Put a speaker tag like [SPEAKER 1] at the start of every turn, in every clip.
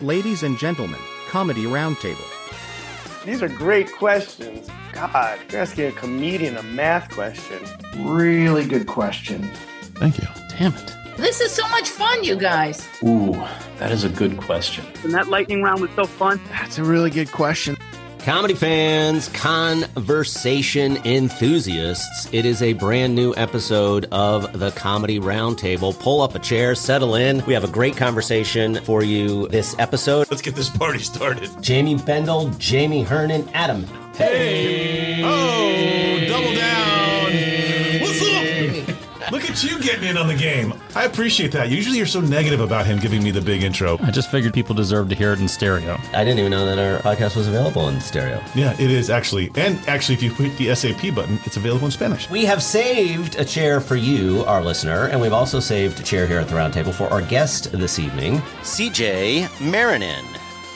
[SPEAKER 1] Ladies and gentlemen, Comedy Roundtable.
[SPEAKER 2] These are great questions. God, you're asking a comedian a math question.
[SPEAKER 3] Really good question.
[SPEAKER 4] Thank you.
[SPEAKER 5] Damn it.
[SPEAKER 6] This is so much fun, you guys.
[SPEAKER 7] Ooh, that is a good question.
[SPEAKER 8] And that lightning round was so fun.
[SPEAKER 3] That's a really good question.
[SPEAKER 9] Comedy fans, conversation enthusiasts, it is a brand new episode of the Comedy Roundtable. Pull up a chair, settle in. We have a great conversation for you this episode.
[SPEAKER 10] Let's get this party started.
[SPEAKER 9] Jamie Bendel, Jamie Hernan, Adam.
[SPEAKER 10] Hey! Oh, double down! What's up? Look at you getting in on the game. I appreciate that. Usually you're so negative about him giving me the big intro.
[SPEAKER 4] I just figured people deserve to hear it in stereo.
[SPEAKER 9] I didn't even know that our podcast was available in stereo.
[SPEAKER 10] Yeah, it is actually. And actually, if you hit the SAP button, it's available in Spanish.
[SPEAKER 9] We have saved a chair for you, our listener, and we've also saved a chair here at the roundtable for our guest this evening, CJ Marinin.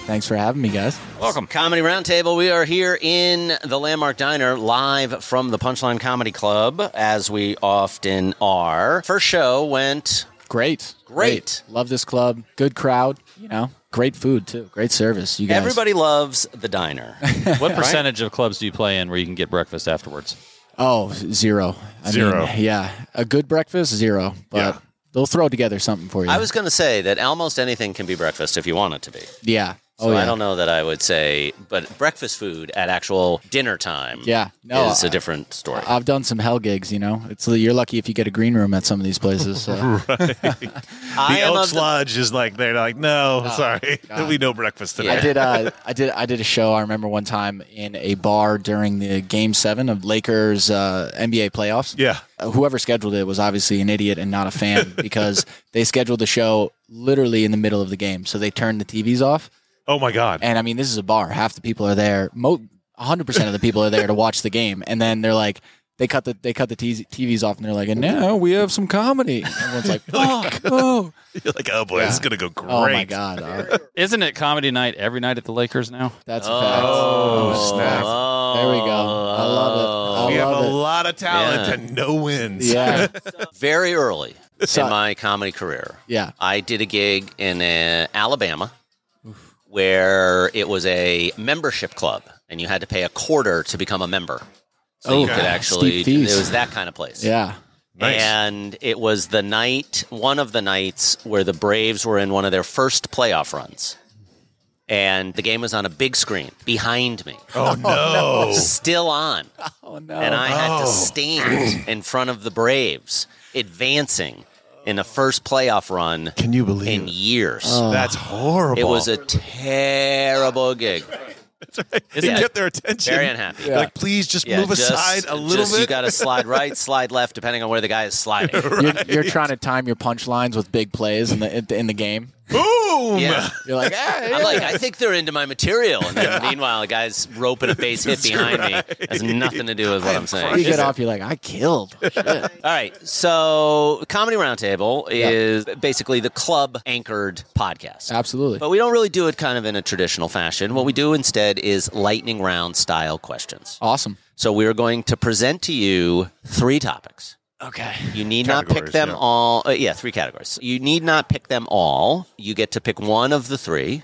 [SPEAKER 3] Thanks for having me, guys.
[SPEAKER 9] Welcome. Comedy Roundtable. We are here in the Landmark Diner live from the Punchline Comedy Club, as we often are. First show went
[SPEAKER 3] Great.
[SPEAKER 9] Great.
[SPEAKER 3] Love this club. Good crowd, you know. Great food too. Great service. You guys.
[SPEAKER 9] Everybody loves the diner.
[SPEAKER 4] What percentage of clubs do you play in where you can get breakfast afterwards?
[SPEAKER 3] Oh, zero. I
[SPEAKER 10] Zero.
[SPEAKER 3] Mean, yeah. A good breakfast, zero. But
[SPEAKER 10] Yeah.
[SPEAKER 3] they'll throw together something for you.
[SPEAKER 9] I was going to say that almost anything can be breakfast if you want it to be.
[SPEAKER 3] Yeah.
[SPEAKER 9] So
[SPEAKER 3] oh, yeah.
[SPEAKER 9] I don't know that I would say, but breakfast food at actual dinner time
[SPEAKER 3] Yeah. No,
[SPEAKER 9] is
[SPEAKER 3] I-
[SPEAKER 9] a different story.
[SPEAKER 3] I've done some hell gigs, you know. It's you're lucky if you get a green room at some of these places. So.
[SPEAKER 9] I
[SPEAKER 10] The
[SPEAKER 9] am
[SPEAKER 10] Elks
[SPEAKER 9] of the-
[SPEAKER 10] Lodge is like, they're like,
[SPEAKER 3] Oh,
[SPEAKER 10] no, sorry. There'll be no breakfast today.
[SPEAKER 3] I did. Uh, I did. I did a show. I remember one time in a bar during the Game Seven of Lakers uh, NBA playoffs.
[SPEAKER 10] Yeah.
[SPEAKER 3] Uh, Whoever scheduled it was obviously an idiot and not a fan because they scheduled the show literally in the middle of the game. So they turned the TVs off,
[SPEAKER 10] Oh my God.
[SPEAKER 3] and I mean, this is a bar. Half the people are there. Mo- 100% of the people are there to watch the game, and then they're like. They cut the they cut the TVs TVs off and they're like, and now we have some comedy. Everyone's like, fuck, oh,
[SPEAKER 10] You're like, oh boy, this is going to go great.
[SPEAKER 3] oh my god, uh,
[SPEAKER 4] Isn't it comedy night every night at the Lakers now?
[SPEAKER 3] that's a fact.
[SPEAKER 9] Oh,
[SPEAKER 10] snap.
[SPEAKER 9] oh.
[SPEAKER 3] There we go. I love it. I
[SPEAKER 10] We have
[SPEAKER 3] Oh, love
[SPEAKER 10] a
[SPEAKER 3] it.
[SPEAKER 10] lot of talent
[SPEAKER 9] Yeah.
[SPEAKER 10] and no wins.
[SPEAKER 3] Yeah,
[SPEAKER 9] Uh, Very early
[SPEAKER 3] So-
[SPEAKER 9] in my comedy career,
[SPEAKER 3] yeah.
[SPEAKER 9] I did a gig in uh, Alabama where it was a membership club and you had to pay a quarter to become a member. So you
[SPEAKER 3] Oh,
[SPEAKER 9] could actually,
[SPEAKER 3] steep fees.
[SPEAKER 9] it was that kind of place.
[SPEAKER 3] Yeah.
[SPEAKER 10] Nice.
[SPEAKER 9] And it was the night, one of the nights where the Braves were in one of their first playoff runs. And the game was on a big screen behind me,
[SPEAKER 10] Oh no.
[SPEAKER 9] still on.
[SPEAKER 3] Oh no.
[SPEAKER 9] And I had to
[SPEAKER 10] Oh.
[SPEAKER 9] stand in front of the Braves advancing in the first playoff run
[SPEAKER 10] Can you Oh, believe
[SPEAKER 9] in years.
[SPEAKER 10] That's horrible.
[SPEAKER 9] It was a terrible gig.
[SPEAKER 10] It
[SPEAKER 9] Yeah.
[SPEAKER 10] get their attention.
[SPEAKER 9] Very unhappy.
[SPEAKER 10] They're Like, please just move
[SPEAKER 9] just-
[SPEAKER 10] aside a little
[SPEAKER 9] just
[SPEAKER 10] bit.
[SPEAKER 9] You got to slide right, slide left, depending on where the guy is sliding.
[SPEAKER 3] you're, you're trying to time your punchlines with big plays in the in the- in the game.
[SPEAKER 10] Boom.
[SPEAKER 9] Yeah.
[SPEAKER 3] You're like, ah,
[SPEAKER 9] I'm like, I think they're into my material. And then meanwhile, the guy's roping a base hit behind me. Has nothing to do with what I'm saying.
[SPEAKER 3] you get off. You're like, I killed. Shit.
[SPEAKER 9] All right. So, Comedy Roundtable is basically the club anchored
[SPEAKER 10] Oh.
[SPEAKER 9] podcast.
[SPEAKER 3] Absolutely.
[SPEAKER 9] But we don't really do it kind of in a traditional fashion. What we do instead is lightning round style questions.
[SPEAKER 3] Awesome.
[SPEAKER 9] So, we are going to present to you three topics.
[SPEAKER 3] Okay.
[SPEAKER 9] You need not pick
[SPEAKER 10] Categories,
[SPEAKER 9] them
[SPEAKER 10] yeah.
[SPEAKER 9] all. Uh, yeah, three categories. You need not pick them all. You get to pick one of the three.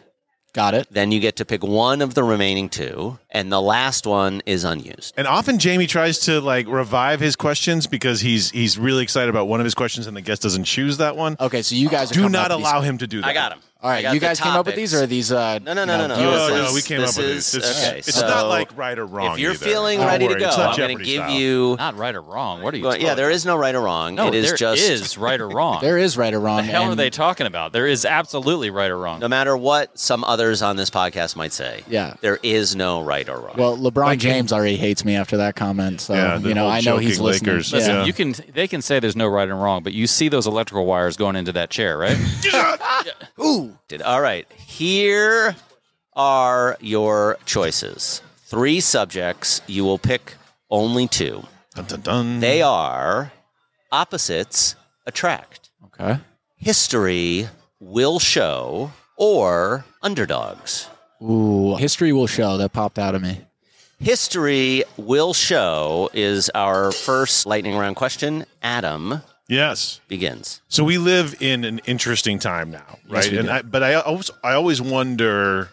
[SPEAKER 3] Got it.
[SPEAKER 9] Then you get to pick one of the remaining two, and the last one is unused.
[SPEAKER 10] And often Jamie tries to like revive his questions because he's he's really excited about one of his questions and the guest doesn't choose that one.
[SPEAKER 3] Okay. So you guys are
[SPEAKER 10] Do
[SPEAKER 3] coming
[SPEAKER 10] not
[SPEAKER 3] Oh, up with
[SPEAKER 10] allow
[SPEAKER 3] These.
[SPEAKER 10] him to do that.
[SPEAKER 9] I got him.
[SPEAKER 3] All right. You guys came up with these, or are these? Uh,
[SPEAKER 9] No, no,
[SPEAKER 3] you
[SPEAKER 9] no,
[SPEAKER 3] know,
[SPEAKER 9] no, Oh, no.
[SPEAKER 3] viewers'
[SPEAKER 10] No,
[SPEAKER 9] This
[SPEAKER 10] no,
[SPEAKER 9] is-
[SPEAKER 10] we came
[SPEAKER 9] this
[SPEAKER 10] up with
[SPEAKER 9] is-
[SPEAKER 10] this. It's,
[SPEAKER 9] okay,
[SPEAKER 10] it's
[SPEAKER 9] so
[SPEAKER 10] not like right or wrong.
[SPEAKER 9] If you're
[SPEAKER 10] either.
[SPEAKER 9] feeling
[SPEAKER 10] Don't
[SPEAKER 9] ready
[SPEAKER 10] worry,
[SPEAKER 9] to go,
[SPEAKER 10] it's not
[SPEAKER 9] I'm going to
[SPEAKER 10] Jeopardy
[SPEAKER 9] give
[SPEAKER 10] style.
[SPEAKER 9] you.
[SPEAKER 4] Not right or wrong. What are you?
[SPEAKER 9] Well, yeah,
[SPEAKER 4] talking
[SPEAKER 9] there
[SPEAKER 4] about?
[SPEAKER 9] is no right or wrong.
[SPEAKER 4] No,
[SPEAKER 9] it is
[SPEAKER 4] there
[SPEAKER 9] just
[SPEAKER 4] is right or wrong.
[SPEAKER 3] There is right or
[SPEAKER 4] the
[SPEAKER 3] wrong.
[SPEAKER 4] hell are
[SPEAKER 3] and-
[SPEAKER 4] they talking about? There is absolutely right or wrong.
[SPEAKER 9] no matter what some others on this podcast might say.
[SPEAKER 3] Yeah.
[SPEAKER 9] there is no right or wrong.
[SPEAKER 3] Well, LeBron James already hates me after that comment. So
[SPEAKER 10] Yeah, the
[SPEAKER 3] you know,
[SPEAKER 10] whole
[SPEAKER 3] I know he's
[SPEAKER 10] joking
[SPEAKER 3] listening.
[SPEAKER 10] Lakers.
[SPEAKER 3] Yeah.
[SPEAKER 4] Listen,
[SPEAKER 10] Yeah.
[SPEAKER 4] you can. They can say there's no right and wrong, but you see those electrical wires going into that chair, right?
[SPEAKER 9] Did- All right, here are your choices. Three subjects. You will pick only two.
[SPEAKER 10] Dun, dun, dun.
[SPEAKER 9] They are opposites attract.
[SPEAKER 3] Okay.
[SPEAKER 9] History will show or underdogs.
[SPEAKER 3] Ooh, history will show. That popped out of me.
[SPEAKER 9] History will show is our first lightning round question. Adam,
[SPEAKER 10] Yes.
[SPEAKER 9] begins.
[SPEAKER 10] So we live in an interesting time now, right?
[SPEAKER 9] we
[SPEAKER 10] and
[SPEAKER 9] do.
[SPEAKER 10] I, but I always, I always wonder: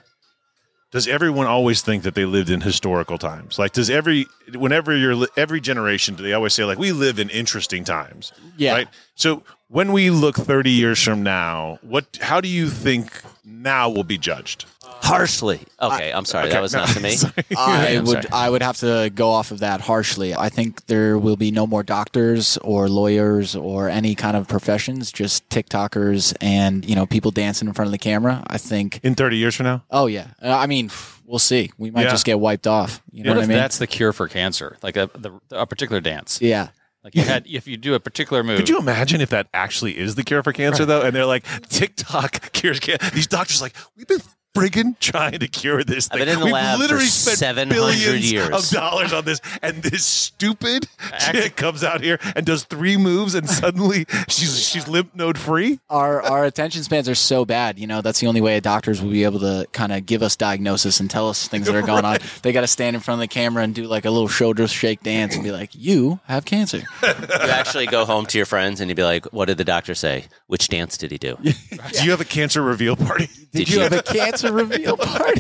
[SPEAKER 10] Does everyone always think that they lived in historical times? Like, does every, whenever you're li- every generation, do they always say like, "We live in interesting times"?
[SPEAKER 3] Yeah.
[SPEAKER 10] Right. So when we look 30 years from now, what? How do you think now will be judged?
[SPEAKER 9] Harshly. Okay, I'm sorry. that was not to me.
[SPEAKER 3] I
[SPEAKER 9] I'm
[SPEAKER 3] would I would have to go off of that harshly. I think there will be no more doctors or lawyers or any kind of professions, just TikTokers and you know people dancing in front of the camera. I think.
[SPEAKER 10] In 30 years from now,
[SPEAKER 3] Oh yeah, Uh, I mean we'll see. We might
[SPEAKER 10] Yeah.
[SPEAKER 3] just get wiped off. You know
[SPEAKER 4] What
[SPEAKER 3] what I
[SPEAKER 4] if
[SPEAKER 3] mean?
[SPEAKER 4] that's the cure for cancer? Like a, the, a particular dance.
[SPEAKER 3] yeah.
[SPEAKER 4] Like you had, if you do a particular move,
[SPEAKER 10] could you imagine if that actually is the cure for cancer though? And they're like, TikTok cures cancer. These doctors are like, we've been friggin' trying to cure this
[SPEAKER 9] I've
[SPEAKER 10] thing.
[SPEAKER 9] been in the
[SPEAKER 10] we've
[SPEAKER 9] lab for
[SPEAKER 10] literally spent
[SPEAKER 9] 700
[SPEAKER 10] billions
[SPEAKER 9] years."
[SPEAKER 10] of dollars on this, and this stupid chick comes out here and does three moves, and suddenly she's she's lymph node free.
[SPEAKER 3] Our our attention spans are so bad. You know that's the only way doctors will be able to kind of give us diagnosis and tell us things that are going on. They got to stand in front of the camera and do like a little shoulder shake dance and be like, "You have cancer."
[SPEAKER 9] You actually go home to your friends and you'd be like, "What did the doctor say? Which dance did he do?
[SPEAKER 10] Do you have a cancer reveal party?
[SPEAKER 9] Did
[SPEAKER 3] Did
[SPEAKER 9] you-
[SPEAKER 3] you have a cancer reveal party?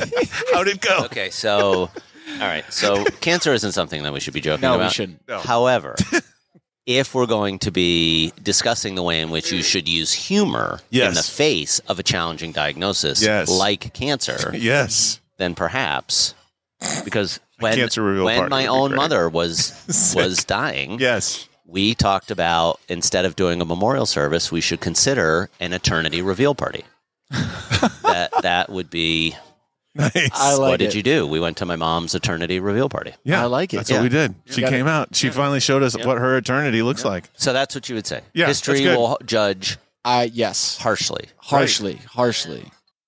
[SPEAKER 10] How'd it go?
[SPEAKER 9] Okay, so all right, so cancer isn't something that we should be joking
[SPEAKER 3] No, we
[SPEAKER 9] about.
[SPEAKER 3] shouldn't.
[SPEAKER 10] No.
[SPEAKER 9] However, if we're going to be discussing the way in which you should use humor in
[SPEAKER 10] Yes.
[SPEAKER 9] the face of a challenging diagnosis
[SPEAKER 10] Yes.
[SPEAKER 9] like cancer,
[SPEAKER 10] Yes.
[SPEAKER 9] then perhaps because when
[SPEAKER 10] cancer reveal
[SPEAKER 9] when
[SPEAKER 10] party
[SPEAKER 9] my
[SPEAKER 10] would be
[SPEAKER 9] own
[SPEAKER 10] great.
[SPEAKER 9] mother was was dying,
[SPEAKER 10] Yes.
[SPEAKER 9] we talked about instead of doing a memorial service, we should consider an eternity reveal party. that that would be
[SPEAKER 10] Nice.
[SPEAKER 3] I like
[SPEAKER 9] what
[SPEAKER 3] it.
[SPEAKER 9] did you do? We went to my mom's eternity reveal party.
[SPEAKER 10] yeah,
[SPEAKER 3] I like it.
[SPEAKER 10] That's
[SPEAKER 3] Yeah.
[SPEAKER 10] what we did. She
[SPEAKER 3] got
[SPEAKER 10] came out. She finally showed us what her eternity looks like.
[SPEAKER 9] So that's what you would say.
[SPEAKER 10] Yeah, that's
[SPEAKER 9] History
[SPEAKER 10] good.
[SPEAKER 9] will judge
[SPEAKER 3] Uh, yes,
[SPEAKER 9] harshly.
[SPEAKER 3] harshly, harshly.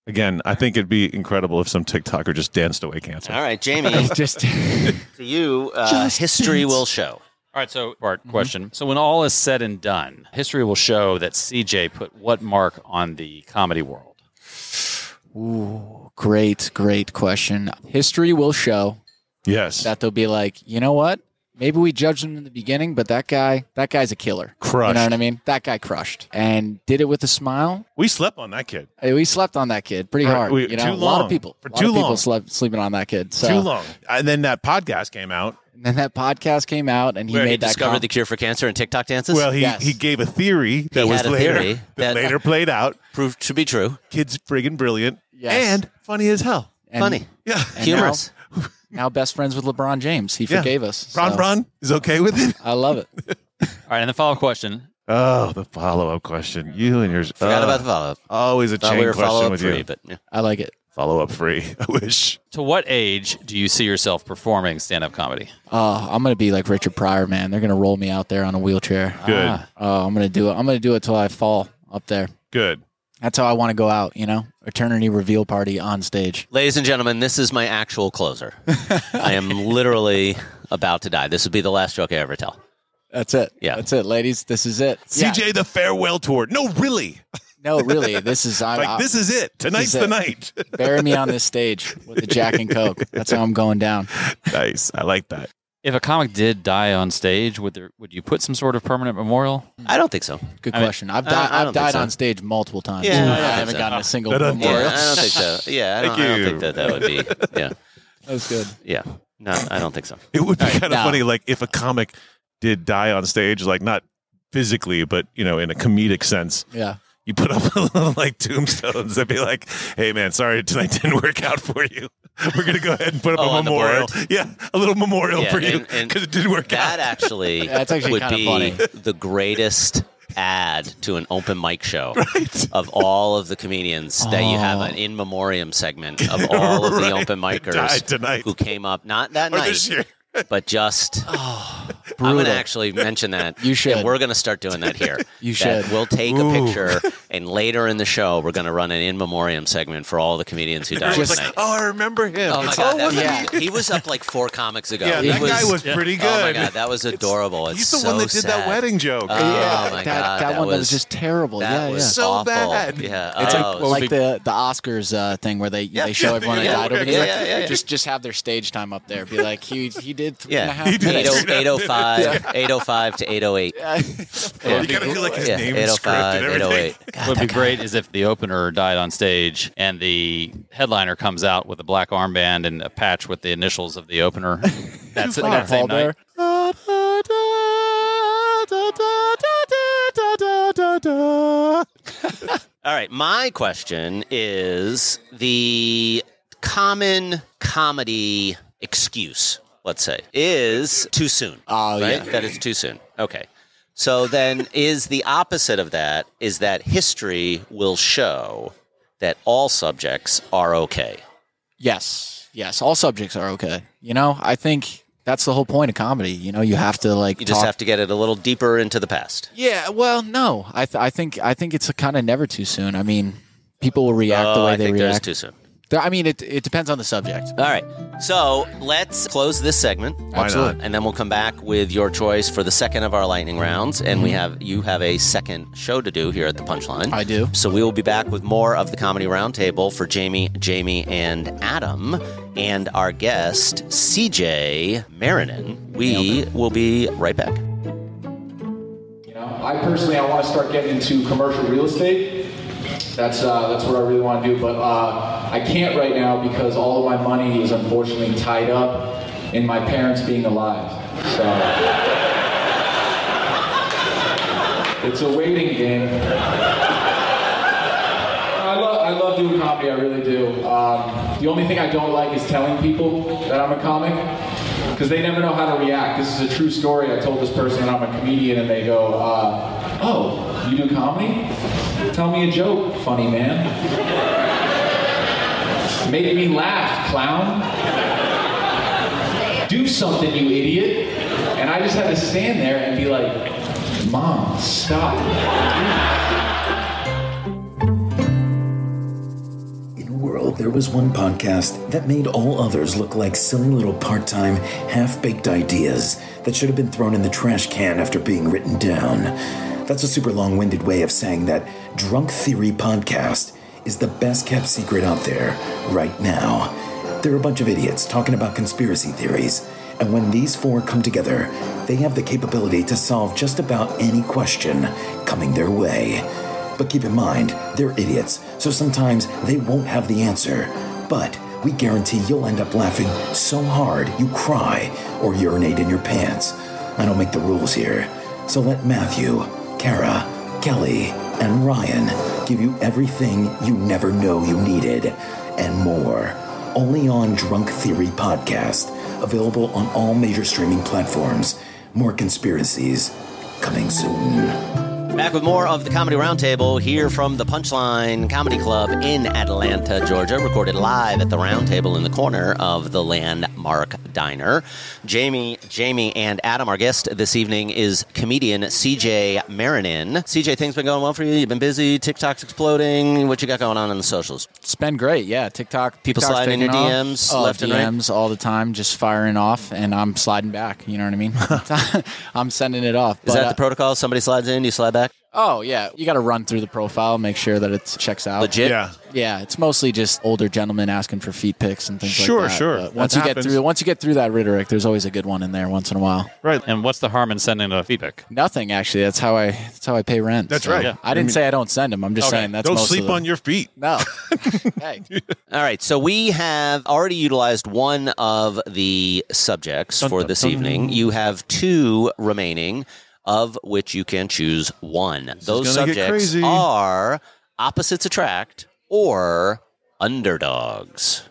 [SPEAKER 10] Again, I think it'd be incredible if some TikToker just danced away cancer.
[SPEAKER 9] All right, Jamie,
[SPEAKER 3] Just
[SPEAKER 9] to you, uh, history will show.
[SPEAKER 4] All right, so mm-hmm. Bart, question. So when all is said and done, history will show that CJ put what mark on the comedy world?
[SPEAKER 3] Ooh, great, great question. History will show
[SPEAKER 10] Yes.
[SPEAKER 3] that they'll be like, you know what? Maybe we judged him in the beginning, but that guy, that guy's a killer. You know
[SPEAKER 10] Crushed.
[SPEAKER 3] what I mean? That guy crushed and did it with a smile.
[SPEAKER 10] we slept on that kid.
[SPEAKER 3] Hey, We slept on that kid pretty
[SPEAKER 10] Right,
[SPEAKER 3] hard.
[SPEAKER 10] we-
[SPEAKER 3] you know,
[SPEAKER 10] too
[SPEAKER 3] a lot
[SPEAKER 10] long.
[SPEAKER 3] of people,
[SPEAKER 10] For
[SPEAKER 3] a lot
[SPEAKER 10] too
[SPEAKER 3] of people
[SPEAKER 10] long.
[SPEAKER 3] slept sleeping on that kid. So
[SPEAKER 10] Too long. And then that podcast came out.
[SPEAKER 3] And then that podcast came out, and he
[SPEAKER 10] Where he
[SPEAKER 3] made
[SPEAKER 9] He
[SPEAKER 3] that
[SPEAKER 9] discovered
[SPEAKER 3] com-
[SPEAKER 9] the cure for cancer and TikTok dances.
[SPEAKER 10] Well, he,
[SPEAKER 3] Yes.
[SPEAKER 10] he gave a theory that
[SPEAKER 9] He
[SPEAKER 10] was
[SPEAKER 9] had a
[SPEAKER 10] later
[SPEAKER 9] theory
[SPEAKER 10] that,
[SPEAKER 9] that-
[SPEAKER 10] later played out.
[SPEAKER 9] proved to be true.
[SPEAKER 10] Kids friggin' brilliant
[SPEAKER 3] Yes.
[SPEAKER 10] and funny as hell.
[SPEAKER 3] and
[SPEAKER 9] Funny.
[SPEAKER 10] Yeah.
[SPEAKER 3] And
[SPEAKER 9] Humorous.
[SPEAKER 3] Now best friends with LeBron James. He
[SPEAKER 10] Yeah.
[SPEAKER 3] forgave us.
[SPEAKER 10] Ron
[SPEAKER 3] so
[SPEAKER 10] Ron is okay with it.
[SPEAKER 3] I love it.
[SPEAKER 4] All right, and the follow-up question.
[SPEAKER 10] Oh, the follow up question. You and yours.
[SPEAKER 9] Forgot
[SPEAKER 10] uh,
[SPEAKER 9] about the follow up.
[SPEAKER 10] always a
[SPEAKER 9] Thought
[SPEAKER 10] chain
[SPEAKER 9] we were
[SPEAKER 10] question
[SPEAKER 9] follow up
[SPEAKER 10] with
[SPEAKER 9] free,
[SPEAKER 10] you.
[SPEAKER 9] but yeah.
[SPEAKER 3] I like it.
[SPEAKER 10] Follow up free. I wish.
[SPEAKER 4] To what age do you see yourself performing stand-up comedy?
[SPEAKER 3] Oh, I'm gonna be like Richard Pryor, man. They're gonna roll me out there on a wheelchair.
[SPEAKER 10] Good.
[SPEAKER 4] Ah,
[SPEAKER 3] Oh, I'm gonna do it. I'm gonna do it till I fall up there.
[SPEAKER 10] Good.
[SPEAKER 3] That's how I want to go out. You know, eternity reveal party on stage.
[SPEAKER 9] Ladies and gentlemen, this is my actual closer. I am literally about to die. This would be the last joke I ever tell.
[SPEAKER 3] That's it.
[SPEAKER 9] Yeah.
[SPEAKER 3] that's it, ladies. This is it. Yeah.
[SPEAKER 10] CJ the farewell tour. No, really.
[SPEAKER 3] No, really, this is. I,
[SPEAKER 10] Like
[SPEAKER 3] I-
[SPEAKER 10] this is it. Tonight's
[SPEAKER 3] is
[SPEAKER 10] the
[SPEAKER 3] it.
[SPEAKER 10] night.
[SPEAKER 3] bury me on this stage with the Jack and Coke. That's how I'm going down.
[SPEAKER 10] nice. I like that.
[SPEAKER 4] If a comic did die on stage, would there would you put some sort of permanent memorial?
[SPEAKER 9] I don't think so.
[SPEAKER 3] Good
[SPEAKER 4] I mean,
[SPEAKER 3] question. I've
[SPEAKER 9] I don't-
[SPEAKER 3] died.
[SPEAKER 9] I don't
[SPEAKER 3] I've died
[SPEAKER 9] think so.
[SPEAKER 3] on stage multiple times.
[SPEAKER 9] Yeah, I don't think
[SPEAKER 3] haven't
[SPEAKER 9] so.
[SPEAKER 3] gotten a single
[SPEAKER 10] That doesn't-
[SPEAKER 9] Yeah,
[SPEAKER 3] memorial.
[SPEAKER 9] I don't think so. Yeah, I don't,
[SPEAKER 10] Thank
[SPEAKER 9] I
[SPEAKER 10] you.
[SPEAKER 9] don't think that that would be. Yeah,
[SPEAKER 3] That was good.
[SPEAKER 9] yeah. No, I don't think so.
[SPEAKER 10] It would be kind of
[SPEAKER 3] now-
[SPEAKER 10] funny, like if a comic did die on stage, like not physically, but you know, in a comedic sense.
[SPEAKER 3] Yeah.
[SPEAKER 10] You put up a little like tombstones and be like, "Hey, man, sorry tonight didn't work out for you. We're gonna go ahead and put up
[SPEAKER 9] Oh,
[SPEAKER 10] a
[SPEAKER 9] on the
[SPEAKER 10] memorial. Yeah, a little memorial
[SPEAKER 9] Yeah,
[SPEAKER 10] for you
[SPEAKER 9] and- and
[SPEAKER 10] because it didn't work
[SPEAKER 9] That
[SPEAKER 10] out.
[SPEAKER 9] actually,
[SPEAKER 3] Yeah, that's actually
[SPEAKER 9] would
[SPEAKER 3] kinda
[SPEAKER 9] be
[SPEAKER 3] funny.
[SPEAKER 9] the greatest ad to an open mic show of all of the comedians that you have
[SPEAKER 3] Oh.
[SPEAKER 9] an in memoriam segment of all of the
[SPEAKER 10] Right,
[SPEAKER 9] open
[SPEAKER 10] that
[SPEAKER 9] micers
[SPEAKER 10] died tonight.
[SPEAKER 9] who came up not that
[SPEAKER 10] Or
[SPEAKER 9] night
[SPEAKER 10] this year.
[SPEAKER 9] but just I'm
[SPEAKER 3] brutal.
[SPEAKER 9] gonna actually mention that.
[SPEAKER 3] You should.
[SPEAKER 9] And we're gonna start doing that here.
[SPEAKER 3] You
[SPEAKER 9] That
[SPEAKER 3] should.
[SPEAKER 9] We'll take a
[SPEAKER 10] Ooh.
[SPEAKER 9] picture, and later in the show, we're gonna run an in memoriam segment for all the comedians who died
[SPEAKER 10] Everyone's
[SPEAKER 9] tonight.
[SPEAKER 10] like, "Oh, I remember him.
[SPEAKER 9] Oh my god, that,
[SPEAKER 10] wasn't
[SPEAKER 9] yeah.
[SPEAKER 10] he-
[SPEAKER 9] he, was up like four comics ago.
[SPEAKER 10] Yeah,
[SPEAKER 9] He
[SPEAKER 10] that guy was pretty good.
[SPEAKER 9] Oh my god, that was adorable. It's
[SPEAKER 10] He's the
[SPEAKER 9] so
[SPEAKER 10] one that did that
[SPEAKER 9] sad.
[SPEAKER 10] wedding joke.
[SPEAKER 9] Oh
[SPEAKER 3] yeah,
[SPEAKER 9] my
[SPEAKER 3] that,
[SPEAKER 9] god,
[SPEAKER 3] that,
[SPEAKER 9] that
[SPEAKER 3] one that
[SPEAKER 9] was-
[SPEAKER 3] was just terrible.
[SPEAKER 9] That
[SPEAKER 3] yeah,
[SPEAKER 9] was
[SPEAKER 3] yeah.
[SPEAKER 10] so
[SPEAKER 9] awful.
[SPEAKER 10] bad.
[SPEAKER 9] Yeah,
[SPEAKER 3] It's
[SPEAKER 9] oh,
[SPEAKER 3] like, like the the Oscars uh, thing where they they show
[SPEAKER 10] yeah,
[SPEAKER 3] everyone
[SPEAKER 10] yeah,
[SPEAKER 3] that died
[SPEAKER 10] okay,
[SPEAKER 3] over the
[SPEAKER 9] yeah,
[SPEAKER 3] year.
[SPEAKER 9] yeah, yeah, yeah.
[SPEAKER 3] Just just have their stage time up there. Be like, he he did did three and
[SPEAKER 5] Yeah.
[SPEAKER 3] a half
[SPEAKER 10] He did
[SPEAKER 9] oh
[SPEAKER 3] minutes.
[SPEAKER 5] 80- 805, 805 to 808.
[SPEAKER 10] You gotta do like his
[SPEAKER 5] Yeah,
[SPEAKER 10] name and
[SPEAKER 9] oh
[SPEAKER 10] script
[SPEAKER 5] 805,
[SPEAKER 10] and everything.
[SPEAKER 5] 808.
[SPEAKER 4] What would be great is if the opener died on stage and the headliner comes out with a black armband and a patch with the initials of the opener. That's it.
[SPEAKER 3] Like a Paul
[SPEAKER 4] That same night.
[SPEAKER 3] Bear. Da, da, da, da, da, da, da, da, da, da.
[SPEAKER 9] All right, my question is the common comedy excuse, let's say, is too soon.
[SPEAKER 3] Oh,
[SPEAKER 9] right?
[SPEAKER 3] yeah.
[SPEAKER 9] That it's too soon. Okay. So then is the opposite of that is that history will show that all subjects are okay.
[SPEAKER 3] Yes, yes. All subjects are okay. You know, I think that's the whole point of comedy. You know, you have to like
[SPEAKER 9] You just
[SPEAKER 3] talk-
[SPEAKER 9] have to get it a little deeper into the past.
[SPEAKER 3] Yeah, well, no, I th- I think I think it's kind of never too soon. I mean, people will react the
[SPEAKER 9] Oh,
[SPEAKER 3] way
[SPEAKER 9] I
[SPEAKER 3] they
[SPEAKER 9] think there's
[SPEAKER 3] react.
[SPEAKER 9] too Uh, soon.
[SPEAKER 3] There- I mean, it it depends on the subject.
[SPEAKER 9] All right. So let's close this segment.
[SPEAKER 10] not?
[SPEAKER 9] Absolutely. And then we'll come back with your choice for the second of our lightning rounds. And we have you have a second show to do here at the punchline.
[SPEAKER 3] Mm-hmm. I do.
[SPEAKER 9] So we will be back with more of the comedy roundtable for Jamie, Jamie, and Adam, and our guest CJ Marinin. We will be right back.
[SPEAKER 11] I personally, I want to start getting into commercial real estate. That's uh, that's what I really want to do, but uh, I can't right now because all of my money is unfortunately tied up in my parents being alive. So it's a waiting game. I love I love doing comedy. I really do. Um, the only thing I don't like is telling people that I'm a comic because they never know how to react. This is a true story. I told this person that I'm a comedian, and they go, uh, "Oh, you do comedy? Tell me a joke, funny man. Make me laugh, clown. Do something, you idiot." And I just had to stand there and be like, "Mom, stop." In a world, there was one podcast that made all others look like silly little part time, half baked ideas that should have been thrown in the trash can after being written down. That's a super long winded way of saying that Drunk Theory Podcast is the best kept secret out there right now. They're a bunch of idiots talking about conspiracy theories, and when these four come together, they have the capability to solve just about any question coming their way. But keep in mind, they're idiots, so sometimes they won't have the answer. But we guarantee you'll end up laughing so hard you cry or urinate in your pants. I don't make the rules here. So let Matthew, Kara, Kelly, and Ryan give you everything you never know you needed and more. Only on Drunk Theory Podcast, available on all major streaming platforms. More conspiracies coming soon.
[SPEAKER 9] Back with more of the Comedy Roundtable here from the Punchline Comedy Club in Atlanta, Georgia, recorded live at the Roundtable in the corner of the Landmark Diner. Jamie, Jamie, and Adam, our guest this evening is comedian CJ Marinin. CJ, things been going well for you? You've been busy. TikTok's exploding. What you got going on in the socials?
[SPEAKER 3] It's been great. Yeah, TikTok.
[SPEAKER 9] People
[SPEAKER 3] TikTok's
[SPEAKER 9] sliding in your
[SPEAKER 3] taking off.
[SPEAKER 9] DMs
[SPEAKER 3] Oh,
[SPEAKER 9] left and right?
[SPEAKER 3] DMs all the time, just firing off, and I'm sliding back. You know what I mean? I'm sending it off.
[SPEAKER 9] Is
[SPEAKER 3] but,
[SPEAKER 9] that the
[SPEAKER 3] uh,
[SPEAKER 9] protocol? Somebody slides in, you slide back.
[SPEAKER 3] oh yeah, you got to run through the profile, make sure that it checks out.
[SPEAKER 9] Legit.
[SPEAKER 10] Yeah.
[SPEAKER 3] Yeah, it's mostly just older gentlemen asking for feet pics and things
[SPEAKER 10] Sure,
[SPEAKER 3] like that.
[SPEAKER 10] sure.
[SPEAKER 3] But once
[SPEAKER 10] That
[SPEAKER 3] you
[SPEAKER 10] happens.
[SPEAKER 3] get through, once you get through that rhetoric, there's always a good one in there once in a while.
[SPEAKER 4] Right. And what's the harm in sending a feedback?
[SPEAKER 3] Nothing actually. That's how I. That's how I pay rent.
[SPEAKER 10] That's right. Yeah.
[SPEAKER 3] I didn't say I don't send them. I'm just
[SPEAKER 10] Okay,
[SPEAKER 3] saying that's
[SPEAKER 10] Don't
[SPEAKER 3] most
[SPEAKER 10] sleep
[SPEAKER 3] of them.
[SPEAKER 10] on your feet.
[SPEAKER 3] No. hey,
[SPEAKER 9] All right, so we have already utilized one of the subjects for this evening. You have two remaining, of which you can choose one. Those
[SPEAKER 10] gonna get
[SPEAKER 9] subjects
[SPEAKER 10] crazy.
[SPEAKER 9] are opposites attract or underdogs.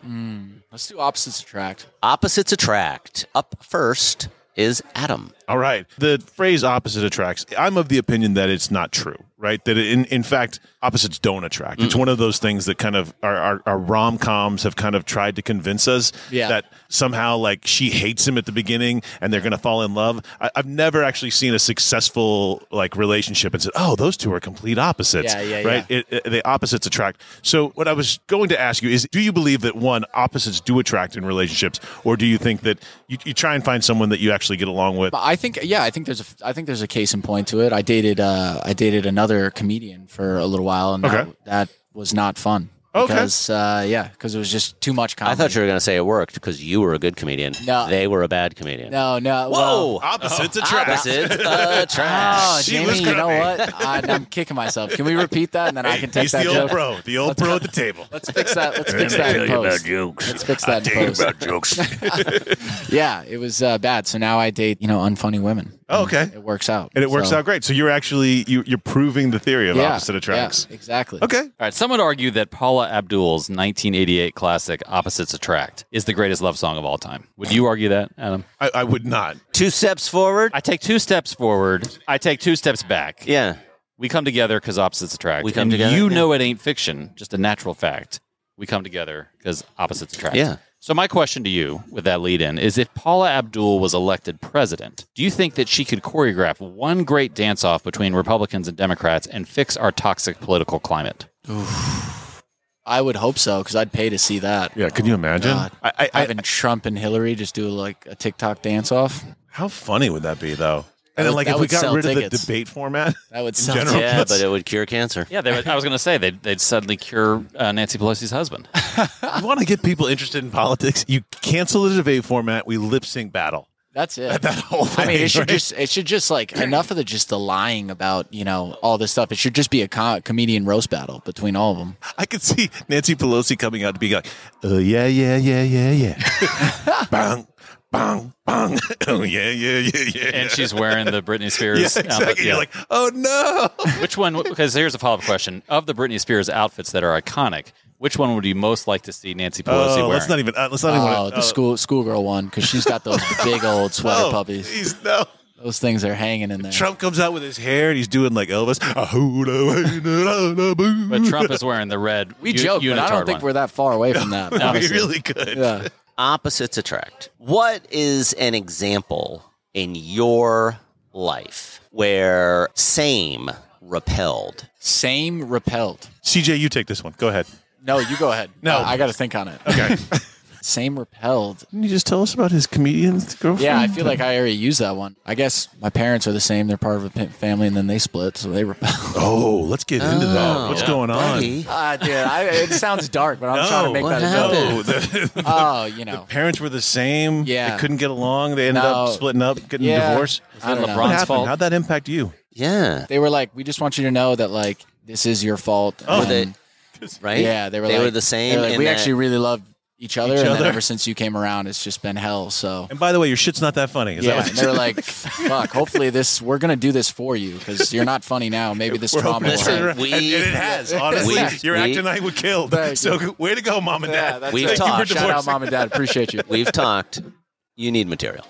[SPEAKER 3] let's do opposites attract.
[SPEAKER 9] Opposites attract. Up first is Adam.
[SPEAKER 5] All right.
[SPEAKER 10] The phrase opposite attracts, I'm of the opinion that it's not true, right? That in, in fact, opposites don't attract.
[SPEAKER 3] Mm.
[SPEAKER 10] It's one of those things that kind of our, our, our rom coms have kind of tried to convince us
[SPEAKER 3] Yeah.
[SPEAKER 10] that somehow, like, she hates him at the beginning and they're going to fall in love. I, I've never actually seen a successful, like, relationship and said, oh, those two are complete opposites,
[SPEAKER 3] Yeah, yeah,
[SPEAKER 10] right? It, it, the opposites attract. So, what I was going to ask you is do you believe that one, opposites do attract in relationships, or do you think that you, you try and find someone that you actually get along with?
[SPEAKER 3] But I think yeah, I think there's a I think there's a case in point to it. I dated uh I dated another comedian for a little while and
[SPEAKER 10] Okay.
[SPEAKER 3] that, that was not fun.
[SPEAKER 9] Okay.
[SPEAKER 3] Because, uh, yeah, because it was just too much comedy.
[SPEAKER 9] I thought you were going to say it worked because you were a good comedian.
[SPEAKER 3] No.
[SPEAKER 9] They were a bad comedian.
[SPEAKER 3] No, no.
[SPEAKER 9] Whoa!
[SPEAKER 3] well-
[SPEAKER 10] Oh.
[SPEAKER 9] Opposites
[SPEAKER 3] attract.
[SPEAKER 9] Opposites attract.
[SPEAKER 3] Oh,
[SPEAKER 9] She
[SPEAKER 3] Jamie,
[SPEAKER 9] was
[SPEAKER 3] you know
[SPEAKER 9] grumpy.
[SPEAKER 3] what? I, I'm kicking myself. Can we repeat that and then I can take
[SPEAKER 12] He's
[SPEAKER 3] that
[SPEAKER 12] the old
[SPEAKER 3] joke?
[SPEAKER 12] pro, the old pro at the table.
[SPEAKER 3] Let's fix that. Let's fix that in post. Let's fix that in post. yeah, it was uh, bad. So now I date you know unfunny women.
[SPEAKER 10] Oh, okay.
[SPEAKER 3] it works out.
[SPEAKER 10] And it works
[SPEAKER 3] So-
[SPEAKER 10] out great. So you're actually you, you're proving the theory of
[SPEAKER 3] Yeah,
[SPEAKER 10] opposite attracts.
[SPEAKER 3] yeah, exactly.
[SPEAKER 10] Okay. All
[SPEAKER 4] right. Some would argue that Paula Abdul's 1988 classic "Opposites Attract" is the greatest love song of all time. Would you argue that, Adam?
[SPEAKER 10] I, I would not.
[SPEAKER 9] Two steps forward.
[SPEAKER 4] I take two steps forward. I take two steps back.
[SPEAKER 9] Yeah.
[SPEAKER 4] We come together because opposites attract.
[SPEAKER 9] We come
[SPEAKER 4] And
[SPEAKER 9] together,
[SPEAKER 4] You
[SPEAKER 9] yeah.
[SPEAKER 4] know it ain't fiction, just a natural fact. We come together because opposites attract.
[SPEAKER 9] Yeah.
[SPEAKER 4] So my question to you with that lead in is if Paula Abdul was elected president, do you think that she could choreograph one great dance off between Republicans and Democrats and fix our toxic political climate?
[SPEAKER 3] I would hope so because I'd pay to see that.
[SPEAKER 10] Yeah, could you imagine?
[SPEAKER 3] God,
[SPEAKER 10] I, I,
[SPEAKER 3] having Trump and Hillary just do like a TikTok dance off.
[SPEAKER 10] How funny would that be though? And
[SPEAKER 3] That
[SPEAKER 10] then,
[SPEAKER 3] would-
[SPEAKER 10] like,
[SPEAKER 3] that
[SPEAKER 10] if we
[SPEAKER 3] would
[SPEAKER 10] got
[SPEAKER 3] sell
[SPEAKER 10] rid of
[SPEAKER 3] tickets.
[SPEAKER 10] the debate format,
[SPEAKER 3] That would
[SPEAKER 10] in
[SPEAKER 3] sell
[SPEAKER 10] general,
[SPEAKER 9] Yeah, but it would cure cancer.
[SPEAKER 4] Yeah, they would, I was going to say they'd, they'd suddenly cure uh, Nancy Pelosi's husband.
[SPEAKER 10] you want to get people interested in politics? You cancel the debate format. We lip sync battle.
[SPEAKER 3] That's it.
[SPEAKER 10] That whole
[SPEAKER 3] I mean,
[SPEAKER 10] thing,
[SPEAKER 3] it should
[SPEAKER 10] right?
[SPEAKER 3] just it should just like enough of the just the lying about you know all this stuff. It should just be a co- comedian roast battle between all of them.
[SPEAKER 10] I could see Nancy Pelosi coming out to be like, "Oh yeah, yeah, yeah, yeah, yeah, bang, bang, bang. oh yeah, yeah, yeah, yeah."
[SPEAKER 4] and she's wearing the Britney Spears uh,
[SPEAKER 10] Yeah,
[SPEAKER 4] outfit.
[SPEAKER 10] exactly. You're like, oh no.
[SPEAKER 4] Which one? Because here's a follow up question: Of the Britney Spears outfits that are iconic, which one would you most like to see Nancy Pelosi
[SPEAKER 10] Oh,
[SPEAKER 4] wearing?
[SPEAKER 10] let's not even. Uh, let's not even.
[SPEAKER 3] oh,
[SPEAKER 10] wanna-
[SPEAKER 3] the school schoolgirl one because she's got those big old sweater
[SPEAKER 10] No,
[SPEAKER 3] puppies.
[SPEAKER 10] oh, He's no.
[SPEAKER 3] Those things are hanging in there.
[SPEAKER 10] Trump comes out with his hair and he's doing like Elvis. "Ah, hoola, hoola, hoola, boo."
[SPEAKER 4] but Trump is wearing the red.
[SPEAKER 3] We joke, but I don't think we're that far away from that.
[SPEAKER 4] No, we
[SPEAKER 3] honestly.
[SPEAKER 10] really good.
[SPEAKER 3] Yeah.
[SPEAKER 9] Opposites attract. What is an example in your life where same repelled?
[SPEAKER 3] Same repelled.
[SPEAKER 10] CJ, you take this one. Go ahead.
[SPEAKER 3] No, you go ahead.
[SPEAKER 10] No.
[SPEAKER 3] Uh, I got to think on it.
[SPEAKER 10] Okay.
[SPEAKER 3] Same repelled.
[SPEAKER 10] Can you just tell us about his comedian's girlfriend?
[SPEAKER 3] Yeah, I feel like I already used that one. I guess my parents are the same. They're part of a pa- family, and then they split, so they repel.
[SPEAKER 10] Oh, let's get into that.
[SPEAKER 9] Oh,
[SPEAKER 10] What's going on? Oh,
[SPEAKER 9] buddy.
[SPEAKER 3] Ah, dude, I, it sounds dark, but I'm trying to make
[SPEAKER 9] what
[SPEAKER 3] that a joke.
[SPEAKER 9] happened?
[SPEAKER 10] No, the, the
[SPEAKER 3] Oh, you know.
[SPEAKER 10] parents were the same.
[SPEAKER 3] Yeah.
[SPEAKER 10] they couldn't get along. They ended
[SPEAKER 3] No.
[SPEAKER 10] up splitting up, getting
[SPEAKER 3] Yeah.
[SPEAKER 10] divorced.
[SPEAKER 3] I don't know.
[SPEAKER 10] What
[SPEAKER 4] Ron's
[SPEAKER 10] happened?
[SPEAKER 4] fault.
[SPEAKER 10] How'd that impact you?
[SPEAKER 9] Yeah.
[SPEAKER 3] They were like, "We just want you to know that like this is your fault."
[SPEAKER 10] Oh.
[SPEAKER 9] Were they,
[SPEAKER 3] And-
[SPEAKER 9] right?
[SPEAKER 3] Yeah, they were. like,
[SPEAKER 9] the same.
[SPEAKER 3] they were like,
[SPEAKER 9] in
[SPEAKER 3] we
[SPEAKER 9] that-
[SPEAKER 3] actually really love each other,
[SPEAKER 10] Each
[SPEAKER 3] and
[SPEAKER 10] other.
[SPEAKER 3] then ever since you came around, it's just been hell. So
[SPEAKER 10] And by the way, your shit's not that funny. Is
[SPEAKER 3] yeah,
[SPEAKER 10] that
[SPEAKER 3] and
[SPEAKER 10] what
[SPEAKER 3] they were like, "Fuck, hopefully this we're gonna do this for you because you're not funny now. Maybe this
[SPEAKER 10] We're
[SPEAKER 3] trauma
[SPEAKER 10] hoping
[SPEAKER 3] will
[SPEAKER 10] to turn
[SPEAKER 3] help."
[SPEAKER 10] around.
[SPEAKER 9] We-
[SPEAKER 10] and, and it has, honestly.
[SPEAKER 9] we-
[SPEAKER 10] Your
[SPEAKER 9] we-
[SPEAKER 10] acting night was killed.
[SPEAKER 3] Thank
[SPEAKER 10] So, way to go, mom and dad.
[SPEAKER 3] Yeah, that's
[SPEAKER 9] We've
[SPEAKER 3] right.
[SPEAKER 9] talked.
[SPEAKER 3] Shout out, mom and dad. Appreciate you.
[SPEAKER 9] We've talked. You need material.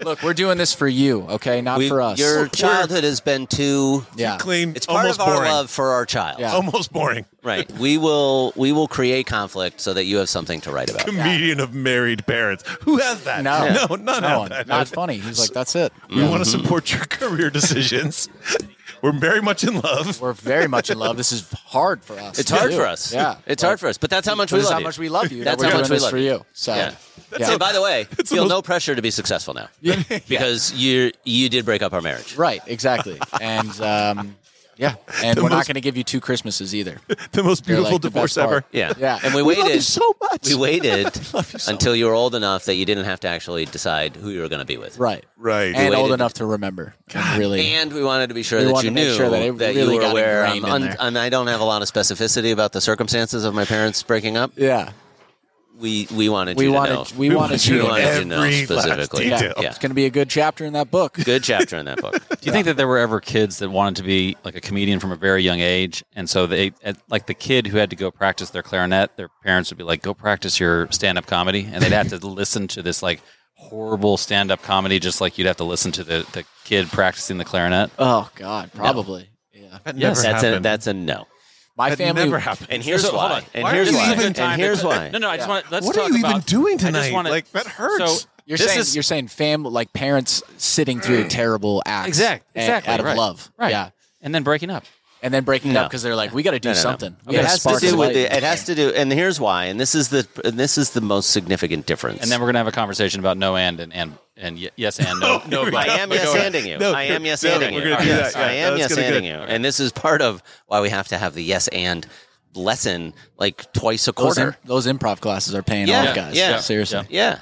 [SPEAKER 3] Look, we're doing this for you, okay? Not
[SPEAKER 9] We-
[SPEAKER 3] for us.
[SPEAKER 9] Your childhood has been too.
[SPEAKER 3] yeah.
[SPEAKER 10] Clean.
[SPEAKER 9] It's part
[SPEAKER 10] almost
[SPEAKER 9] of our
[SPEAKER 10] boring.
[SPEAKER 9] love for our child.
[SPEAKER 3] Yeah.
[SPEAKER 10] Almost boring.
[SPEAKER 9] Right. We will. We will create conflict so that you have something to write about.
[SPEAKER 10] Comedian of married parents. Who has that?
[SPEAKER 3] No.
[SPEAKER 10] no, none
[SPEAKER 3] No
[SPEAKER 10] have
[SPEAKER 3] one.
[SPEAKER 10] that.
[SPEAKER 3] Not funny. Mm-hmm. He's like, that's it.
[SPEAKER 10] We want to support your career decisions. We're very much in love.
[SPEAKER 3] We're very much in love. This is hard for us.
[SPEAKER 9] It's
[SPEAKER 3] to
[SPEAKER 9] hard
[SPEAKER 3] do.
[SPEAKER 9] for us.
[SPEAKER 3] Yeah.
[SPEAKER 9] It's hard for us. But that's how much
[SPEAKER 3] But
[SPEAKER 9] we
[SPEAKER 3] this is
[SPEAKER 9] love
[SPEAKER 3] how
[SPEAKER 9] you.
[SPEAKER 3] much we love you.
[SPEAKER 9] That's
[SPEAKER 3] that
[SPEAKER 9] how
[SPEAKER 3] we're
[SPEAKER 9] much
[SPEAKER 3] doing
[SPEAKER 9] we
[SPEAKER 3] this
[SPEAKER 9] love
[SPEAKER 3] for
[SPEAKER 9] you.
[SPEAKER 3] you. So,
[SPEAKER 9] Yeah.
[SPEAKER 3] yeah.
[SPEAKER 9] And by the way, feel no pressure to be successful now because you you did break up our marriage.
[SPEAKER 3] right, exactly. And um, yeah, and
[SPEAKER 10] The
[SPEAKER 3] we're not
[SPEAKER 10] most-
[SPEAKER 3] going to give you two Christmases either.
[SPEAKER 10] The most
[SPEAKER 3] They're, like,
[SPEAKER 10] beautiful
[SPEAKER 3] the
[SPEAKER 10] divorce
[SPEAKER 3] best part.
[SPEAKER 10] ever.
[SPEAKER 9] Yeah.
[SPEAKER 3] Yeah.
[SPEAKER 9] And we,
[SPEAKER 10] We
[SPEAKER 9] waited
[SPEAKER 10] love you so much.
[SPEAKER 9] We waited
[SPEAKER 10] love you so
[SPEAKER 9] until you were old enough that you didn't have to actually decide who you were going to be with.
[SPEAKER 3] Right.
[SPEAKER 10] Right.
[SPEAKER 3] And old
[SPEAKER 9] waited.
[SPEAKER 3] enough to remember. Really.
[SPEAKER 9] And we wanted to be sure
[SPEAKER 3] We
[SPEAKER 9] that
[SPEAKER 3] wanted
[SPEAKER 9] you
[SPEAKER 3] to make
[SPEAKER 9] knew
[SPEAKER 3] sure that
[SPEAKER 9] that,
[SPEAKER 3] it really
[SPEAKER 9] you were
[SPEAKER 3] got
[SPEAKER 9] aware.
[SPEAKER 3] ingrained
[SPEAKER 9] Um,
[SPEAKER 3] in
[SPEAKER 9] un-
[SPEAKER 3] there.
[SPEAKER 9] and I don't have a lot of specificity about the circumstances of my parents breaking up.
[SPEAKER 3] yeah.
[SPEAKER 9] We we wanted
[SPEAKER 3] We
[SPEAKER 9] you
[SPEAKER 3] wanted-
[SPEAKER 9] to know.
[SPEAKER 3] we wanted you
[SPEAKER 9] we
[SPEAKER 3] to
[SPEAKER 9] wanted
[SPEAKER 10] know.
[SPEAKER 9] you to know
[SPEAKER 10] Every last
[SPEAKER 9] specifically.
[SPEAKER 10] detail.
[SPEAKER 9] Yeah.
[SPEAKER 10] Yeah.
[SPEAKER 3] It's going to be a good chapter in that book.
[SPEAKER 9] Good chapter in that book.
[SPEAKER 4] Do you think that there were ever kids that wanted to be like a comedian from a very young age, and so they, at- like the kid who had to go practice their clarinet, their parents would be like, "Go practice your stand-up comedy," and they'd have to listen to this like horrible stand-up comedy, just like you'd have to listen to the, the kid practicing the clarinet.
[SPEAKER 3] Oh God, probably. Yeah.
[SPEAKER 10] That never
[SPEAKER 9] Yes, that's a
[SPEAKER 10] happened.
[SPEAKER 9] that's a no.
[SPEAKER 3] My
[SPEAKER 10] that
[SPEAKER 3] family
[SPEAKER 10] never happened.
[SPEAKER 9] And here's
[SPEAKER 4] So, hold
[SPEAKER 9] why.
[SPEAKER 4] on.
[SPEAKER 9] And
[SPEAKER 4] Why
[SPEAKER 9] here's
[SPEAKER 4] is this
[SPEAKER 9] why.
[SPEAKER 4] even
[SPEAKER 9] And
[SPEAKER 4] time to-
[SPEAKER 9] here's why.
[SPEAKER 4] No, no. I just want. Let's
[SPEAKER 10] what
[SPEAKER 4] talk
[SPEAKER 10] are you even
[SPEAKER 4] about-
[SPEAKER 10] doing
[SPEAKER 4] I just
[SPEAKER 10] tonight?
[SPEAKER 4] wanna-
[SPEAKER 10] like that hurts.
[SPEAKER 4] So
[SPEAKER 3] You're
[SPEAKER 4] this
[SPEAKER 3] saying
[SPEAKER 4] is
[SPEAKER 3] you're saying fam like parents sitting
[SPEAKER 10] Mm.
[SPEAKER 3] through terrible acts
[SPEAKER 4] Exact-
[SPEAKER 3] a-
[SPEAKER 4] exactly,
[SPEAKER 3] out of
[SPEAKER 4] right.
[SPEAKER 3] love
[SPEAKER 4] right,
[SPEAKER 3] yeah
[SPEAKER 4] and then breaking up.
[SPEAKER 3] and then breaking
[SPEAKER 9] No.
[SPEAKER 3] up because they're like we got to do
[SPEAKER 9] No, no, no.
[SPEAKER 3] something We
[SPEAKER 9] It
[SPEAKER 3] gotta
[SPEAKER 9] has to
[SPEAKER 3] spark a
[SPEAKER 9] do with
[SPEAKER 3] light in
[SPEAKER 9] the, it
[SPEAKER 3] this
[SPEAKER 9] has
[SPEAKER 3] thing.
[SPEAKER 9] to do, and here's why. And this is the and this is the most significant difference.
[SPEAKER 4] And then we're gonna have a conversation about no and and and, and y- yes and no. no
[SPEAKER 9] I am yes anding you.
[SPEAKER 10] No,
[SPEAKER 9] I am
[SPEAKER 10] no,
[SPEAKER 9] yes
[SPEAKER 10] no,
[SPEAKER 9] anding
[SPEAKER 10] we're
[SPEAKER 9] you.
[SPEAKER 10] gonna do
[SPEAKER 9] Yes,
[SPEAKER 10] that. Yeah,
[SPEAKER 9] I am
[SPEAKER 10] that's
[SPEAKER 9] yes
[SPEAKER 10] gonna be
[SPEAKER 9] anding
[SPEAKER 10] good.
[SPEAKER 9] you. And this is part of why we have to have the yes and lesson like twice a
[SPEAKER 3] Those,
[SPEAKER 9] quarter.
[SPEAKER 3] im- those improv classes are paying
[SPEAKER 9] yeah,
[SPEAKER 3] off, guys.
[SPEAKER 9] yeah,
[SPEAKER 3] seriously.
[SPEAKER 9] yeah.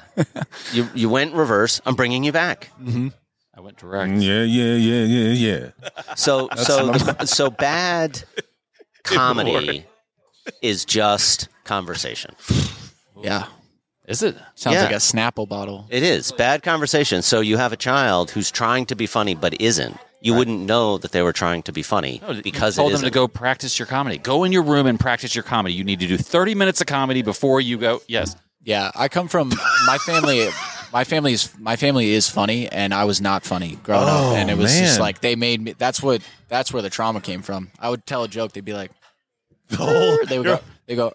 [SPEAKER 9] you you went reverse. I'm bringing you back.
[SPEAKER 3] Mm-hmm.
[SPEAKER 4] I went direct.
[SPEAKER 10] Yeah, yeah, yeah, yeah,
[SPEAKER 9] yeah. So
[SPEAKER 10] That's
[SPEAKER 9] so
[SPEAKER 10] number-
[SPEAKER 9] so bad comedy
[SPEAKER 10] lord.
[SPEAKER 9] is just conversation.
[SPEAKER 3] Yeah.
[SPEAKER 4] Is it?
[SPEAKER 3] Sounds
[SPEAKER 9] Yeah.
[SPEAKER 3] like a Snapple bottle.
[SPEAKER 9] It is bad conversation. So you have a child who's trying to be funny but isn't. You wouldn't know that they were trying to be funny because it
[SPEAKER 4] told them
[SPEAKER 9] isn't.
[SPEAKER 4] to go practice your comedy. Go in your room and practice your comedy. You need to do 30 minutes of comedy before you go. Yes.
[SPEAKER 3] Yeah, I come from my family. my family is my family is funny, and I was not funny growing
[SPEAKER 10] Oh,
[SPEAKER 3] up, and it was just
[SPEAKER 10] man.
[SPEAKER 3] like they made me. That's what. That's where the trauma came from. I would tell a joke, they'd be like,
[SPEAKER 10] Oh,
[SPEAKER 3] they would go,
[SPEAKER 10] you're-
[SPEAKER 3] they go,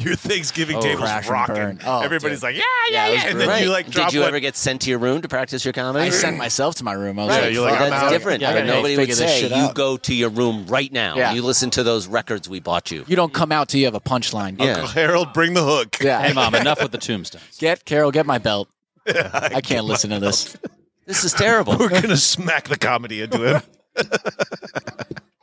[SPEAKER 10] Your Thanksgiving
[SPEAKER 3] Oh,
[SPEAKER 10] table's
[SPEAKER 3] crash and burn.
[SPEAKER 10] rocking.
[SPEAKER 3] Oh,
[SPEAKER 10] Everybody's
[SPEAKER 3] dude.
[SPEAKER 10] like, yeah,
[SPEAKER 3] Yeah,
[SPEAKER 10] yeah,
[SPEAKER 3] it
[SPEAKER 10] yeah.
[SPEAKER 3] was
[SPEAKER 10] And then
[SPEAKER 3] great.
[SPEAKER 10] you like drop
[SPEAKER 9] Did you
[SPEAKER 10] one.
[SPEAKER 9] ever get sent to your room to practice your comedy?
[SPEAKER 3] I sent myself to my room. I was
[SPEAKER 10] Yeah,
[SPEAKER 3] like,
[SPEAKER 10] you're like,
[SPEAKER 3] "Fuck,
[SPEAKER 10] I'm
[SPEAKER 3] that's
[SPEAKER 10] out."
[SPEAKER 3] different.
[SPEAKER 9] Yeah,
[SPEAKER 3] I
[SPEAKER 9] but
[SPEAKER 3] gotta
[SPEAKER 9] nobody
[SPEAKER 3] figure
[SPEAKER 9] would
[SPEAKER 3] this
[SPEAKER 9] say
[SPEAKER 3] shit
[SPEAKER 9] you
[SPEAKER 3] out."
[SPEAKER 9] go to your room right now.
[SPEAKER 3] Yeah.
[SPEAKER 9] You listen to those records we bought you.
[SPEAKER 3] You don't come out till you have a punchline.
[SPEAKER 9] Yeah.
[SPEAKER 10] Harold, bring the hook.
[SPEAKER 3] Yeah.
[SPEAKER 4] Hey, mom, enough with the tombstones.
[SPEAKER 3] Get Carol, get my belt.
[SPEAKER 10] I
[SPEAKER 3] I can't listen to this.
[SPEAKER 9] This is terrible.
[SPEAKER 10] We're going to smack the comedy into him.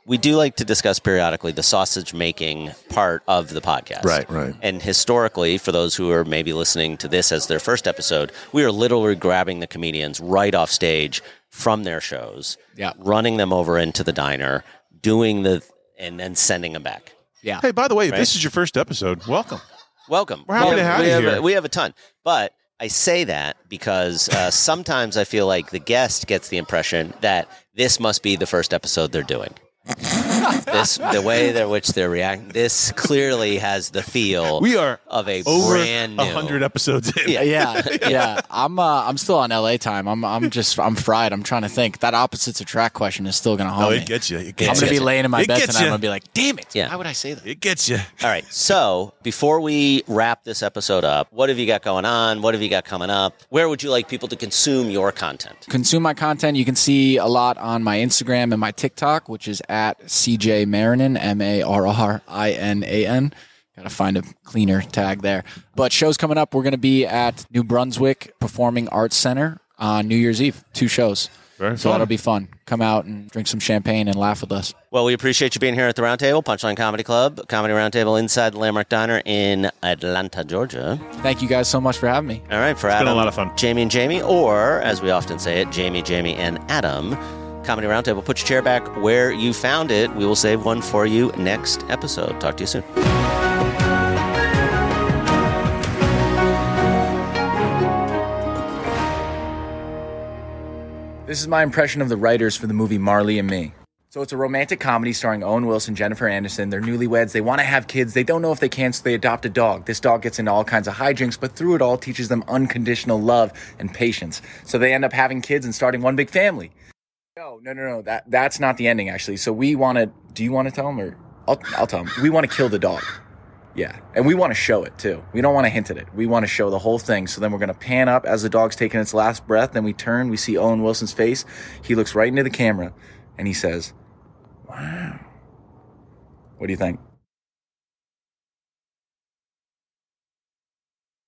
[SPEAKER 9] we do like to discuss periodically the sausage making part of the podcast.
[SPEAKER 10] Right, right.
[SPEAKER 9] And historically, for those who are maybe listening to this as their first episode, we are literally grabbing the comedians right off stage from their shows,
[SPEAKER 3] Yeah.
[SPEAKER 9] running them over into the diner, doing the, and then sending them back.
[SPEAKER 3] Yeah.
[SPEAKER 10] Hey, by the way, if
[SPEAKER 9] Right.
[SPEAKER 10] this is your first episode. Welcome.
[SPEAKER 9] Welcome.
[SPEAKER 10] We're happy
[SPEAKER 9] we
[SPEAKER 10] to have
[SPEAKER 9] we
[SPEAKER 10] you
[SPEAKER 9] have,
[SPEAKER 10] here.
[SPEAKER 9] A, we have a ton, but I say that because uh, sometimes I feel like the guest gets the impression that this must be the first episode they're doing. this the way that which they're reacting. This clearly has the feel
[SPEAKER 10] We are
[SPEAKER 9] of a
[SPEAKER 10] over
[SPEAKER 9] brand new.
[SPEAKER 10] 100 episodes in.
[SPEAKER 9] Yeah.
[SPEAKER 3] yeah, yeah. I'm uh, I'm still on LA time. I'm I'm just I'm fried. I'm trying to think. That opposites attract question is still gonna haunt
[SPEAKER 10] Oh,
[SPEAKER 3] me.
[SPEAKER 10] it gets you. It
[SPEAKER 3] I'm
[SPEAKER 10] gets
[SPEAKER 3] gonna be
[SPEAKER 10] you.
[SPEAKER 3] laying in my
[SPEAKER 10] It
[SPEAKER 3] bed
[SPEAKER 10] gets
[SPEAKER 3] tonight. I'm
[SPEAKER 10] ya.
[SPEAKER 3] gonna be like, damn it.
[SPEAKER 9] Yeah.
[SPEAKER 3] Why would I say that?
[SPEAKER 10] It gets you.
[SPEAKER 9] All right. So before we wrap this episode up, what have you got going on? What have you got coming up? Where would you like people to consume your content?
[SPEAKER 3] Consume my content. You can see a lot on my Instagram and my TikTok, which is at CJ Marinan, M A R R I N A N. Gotta find a cleaner tag there. But shows coming up, we're gonna be at New Brunswick Performing Arts Center on New Year's Eve. Two shows.
[SPEAKER 10] Very
[SPEAKER 3] so
[SPEAKER 10] fun.
[SPEAKER 3] that'll be fun. Come out and drink some champagne and laugh with us.
[SPEAKER 9] Well, we appreciate you being here at the Roundtable, Punchline Comedy Club, Comedy Roundtable inside the Landmark Diner in Atlanta, Georgia.
[SPEAKER 3] Thank you guys so much for having me.
[SPEAKER 9] All right, for
[SPEAKER 10] It's
[SPEAKER 9] Adam,
[SPEAKER 10] been a lot of fun.
[SPEAKER 9] Jamie and Jamie, or as we often say it, Jamie, Jamie, and Adam. Comedy Roundtable, put your chair back where you found it. We will save one for you next episode. Talk to you soon.
[SPEAKER 3] This is my impression of the writers for the movie Marley and Me. So it's a romantic comedy starring Owen Wilson, Jennifer Aniston. They're newlyweds. They want to have kids. They don't know if they can, so they adopt a dog. This dog gets into all kinds of hijinks, but through it all teaches them unconditional love and patience. So they end up having kids and starting one big family. No, no, no, no. That that's not the ending actually. So we want to. Do you want to tell them or I'll I'll tell them. We want to kill the dog. Yeah, and we want to show it too. We don't want to hint at it. We want to show the whole thing. So then we're going to pan up as the dog's taking its last breath. Then we turn. We see Owen Wilson's face. He looks right into the camera, and he says, "Wow." What do you think?